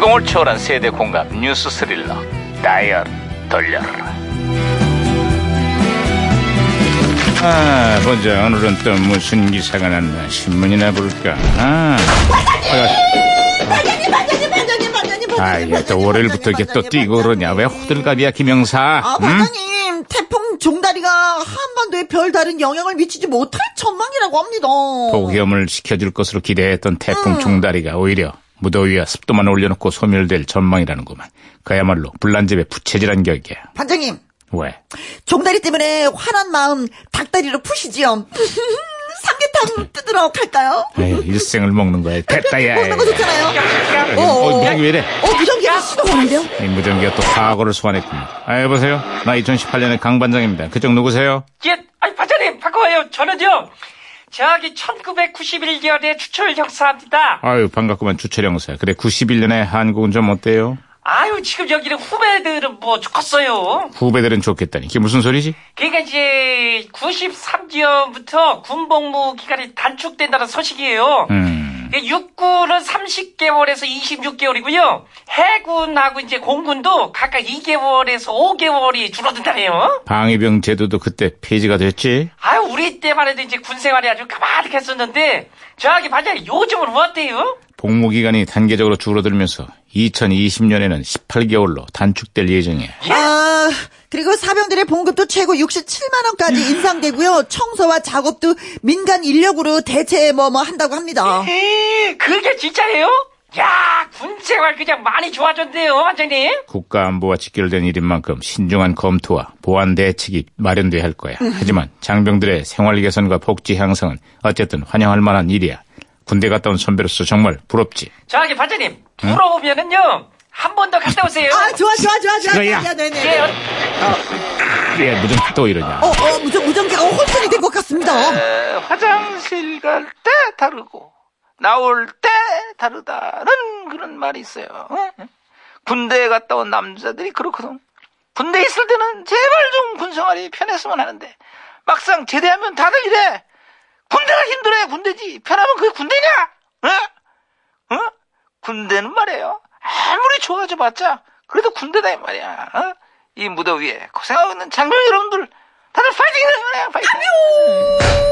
공포를 초월한 세대 공감 뉴스 스릴러 다이얼 돌려라 아 보자 오늘은 또 무슨 기사가 났나 신문이나 볼까 아, 반장님, 반장님, 반장님, 반장님, 반장님. 아 이게 또 월요일부터 이게 또 뛰고 그러냐 왜 호들갑이야 김영사 아, 응? 반장님, 태풍 종다리가 한반도에 별다른 영향을 미치지 못할 전망이라고 합니다. 폭염을 시켜줄 것으로 기대했던 태풍 종다리가 오히려 무더위와 습도만 올려놓고 소멸될 전망이라는구만 그야말로 불난집의 부채질한 격이야 반장님, 왜? 종다리 때문에 화난 마음 닭다리로 푸시지요. 삼계탕 뜯으러 갈까요? 에이, 일생을 먹는 거야 됐다 야 먹는 거 좋잖아요. 어, 무전기 왜 이래? 어, 무전기가 신호가 오는데요? 이 무전기가 또 사고를 소환했군요. 아, 여보세요? 나 2018년의 강반장입니다. 그쪽 누구세요? 예, 아니, 반장님, 바꿔요. 저는요, 저기 1991년에 추천을 형사합니다. 아유, 반갑구만, 주철영사. 그래, 91년에 한국은 좀 어때요? 아유, 지금 여기는 후배들은 뭐 죽었어요. 후배들은 좋겠다니. 이게 무슨 소리지? 그러니까 이제 93년부터 군복무 기간이 단축된다는 소식이에요. 음, 그 육군은 30개월에서 26개월이고요. 해군하고 이제 공군도 각각 2개월에서 5개월이 줄어든다네요. 방위병 제도도 그때 폐지가 됐지? 아유, 우리 때만 해도 이제 군 생활이 아주 까마득했었는데, 저기 반장님, 요즘은 뭐 어때요? 복무기간이 단계적으로 줄어들면서 2020년에는 18개월로 단축될 예정이에요. 아, 그리고 사병들의 봉급도 최고 67만원까지 인상되고요. 청소와 작업도 민간 인력으로 대체 뭐 뭐 한다고 합니다. 에이, 예, 그게 진짜예요? 야, 군 생활 그냥 많이 좋아졌네요, 반장님. 국가안보와 직결된 일인 만큼 신중한 검토와 보안 대책이 마련돼야 할 거야. 음. 하지만 장병들의 생활 개선과 복지 향상은 어쨌든 환영할 만한 일이야. 군대 갔다 온 선배로서 정말 부럽지. 저기 반장님, 부러우면은요, 한 번 더 갔다 오세요. 아, 좋아, 좋아, 좋아, 좋아. 그거야. 야, 네네. 예, 어, 그래, 무슨 또 이러냐. 어, 어, 무전, 무전기가 혼선이 된 것 같습니다. 어, 화장실 갈 때 다르고 나올 때 다르다는 그런 말이 있어요. 어? 군대에 갔다 온 남자들이 그렇거든. 군대 있을 때는 제발 좀 군생활이 편했으면 하는데 막상 제대하면 다들 이래. 군대가 힘들어야 군대지. 편하면 그게 군대냐? 예? 어? 어? 군대는 말이에요. 아무리 좋아져봤자 그래도 군대다 이 말이야. 어? 이 무더위에 고생하고 있는 장병 여러분들 다들 파이팅이네 그냥 파이팅.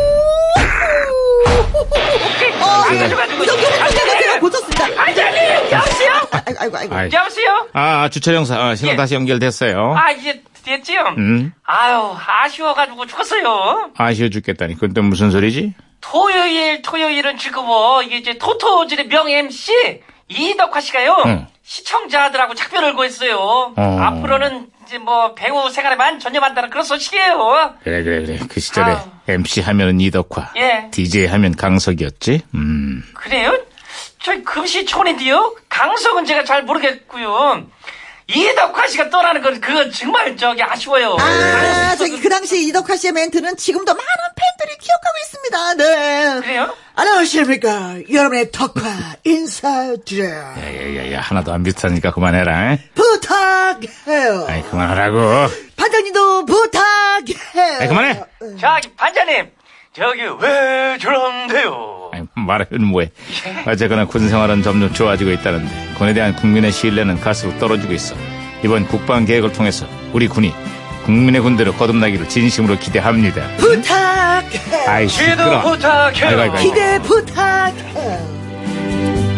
아, 네, 가지고 어, 무전기 혼선된 거 제가 고쳤습니다. 반장님, 여보세요? 아, 아이고, 아이고. 아이. 여보세요? 아, 아, 주차장사 아, 신호 예. 다시 연결됐어요. 아, 이제 됐지요? 음. 아유, 아쉬워가지고 죽었어요. 아쉬워 죽겠다니. 그건 또 무슨 소리지? 토요일, 토요일은 즐거워. 이게 이제 토토질의 명 MC 이덕화 씨가요. 응. 시청자들하고 작별을 고했어요. 어. 앞으로는 이제 뭐 배우 생활에만 전념한다는 그런 소식이에요. 그래, 그래, 그래. 그 시절에 아우. MC 하면은 이덕화, 예. DJ 하면 강석이었지. 음. 그래요? 저희 금시초문인데요. 강석은 제가 잘 모르겠고요. 이덕화 씨가 떠나는 건 그건 정말 저기 아쉬워요. 아, 저기 그 당시 이덕화 씨의 멘트는 지금도 많은 팬들이 기억하고 있습니다. 네. 그래요? 안녕하십니까. 여러분의 덕화 인사드려요. 야, 야, 야, 야, 하나도 안 비슷하니까 그만해라. 에? 부탁해요. 아이, 그만하라고. 반장님도 부탁해요. 아이, 네, 그만해. 저기 반장님, 저기 왜 저런데요? 아니, 말하면 뭐해. 어쨌거나 군 생활은 점점 좋아지고 있다는데 군에 대한 국민의 신뢰는 갈수록 떨어지고 있어. 이번 국방 계획을 통해서 우리 군이 국민의 군대로 거듭나기를 진심으로 기대합니다. 부탁해. 아이 기도 시끄러. 아이고, 부탁해요. 아이고, 아이고. 기대 부탁해.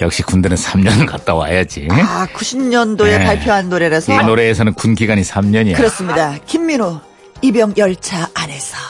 역시 군대는 3년 갔다 와야지. 아, 90년도에 네. 발표한 노래라서 이 노래에서는 군 기간이 3년이야. 그렇습니다. 김민호 이병 열차 안에서.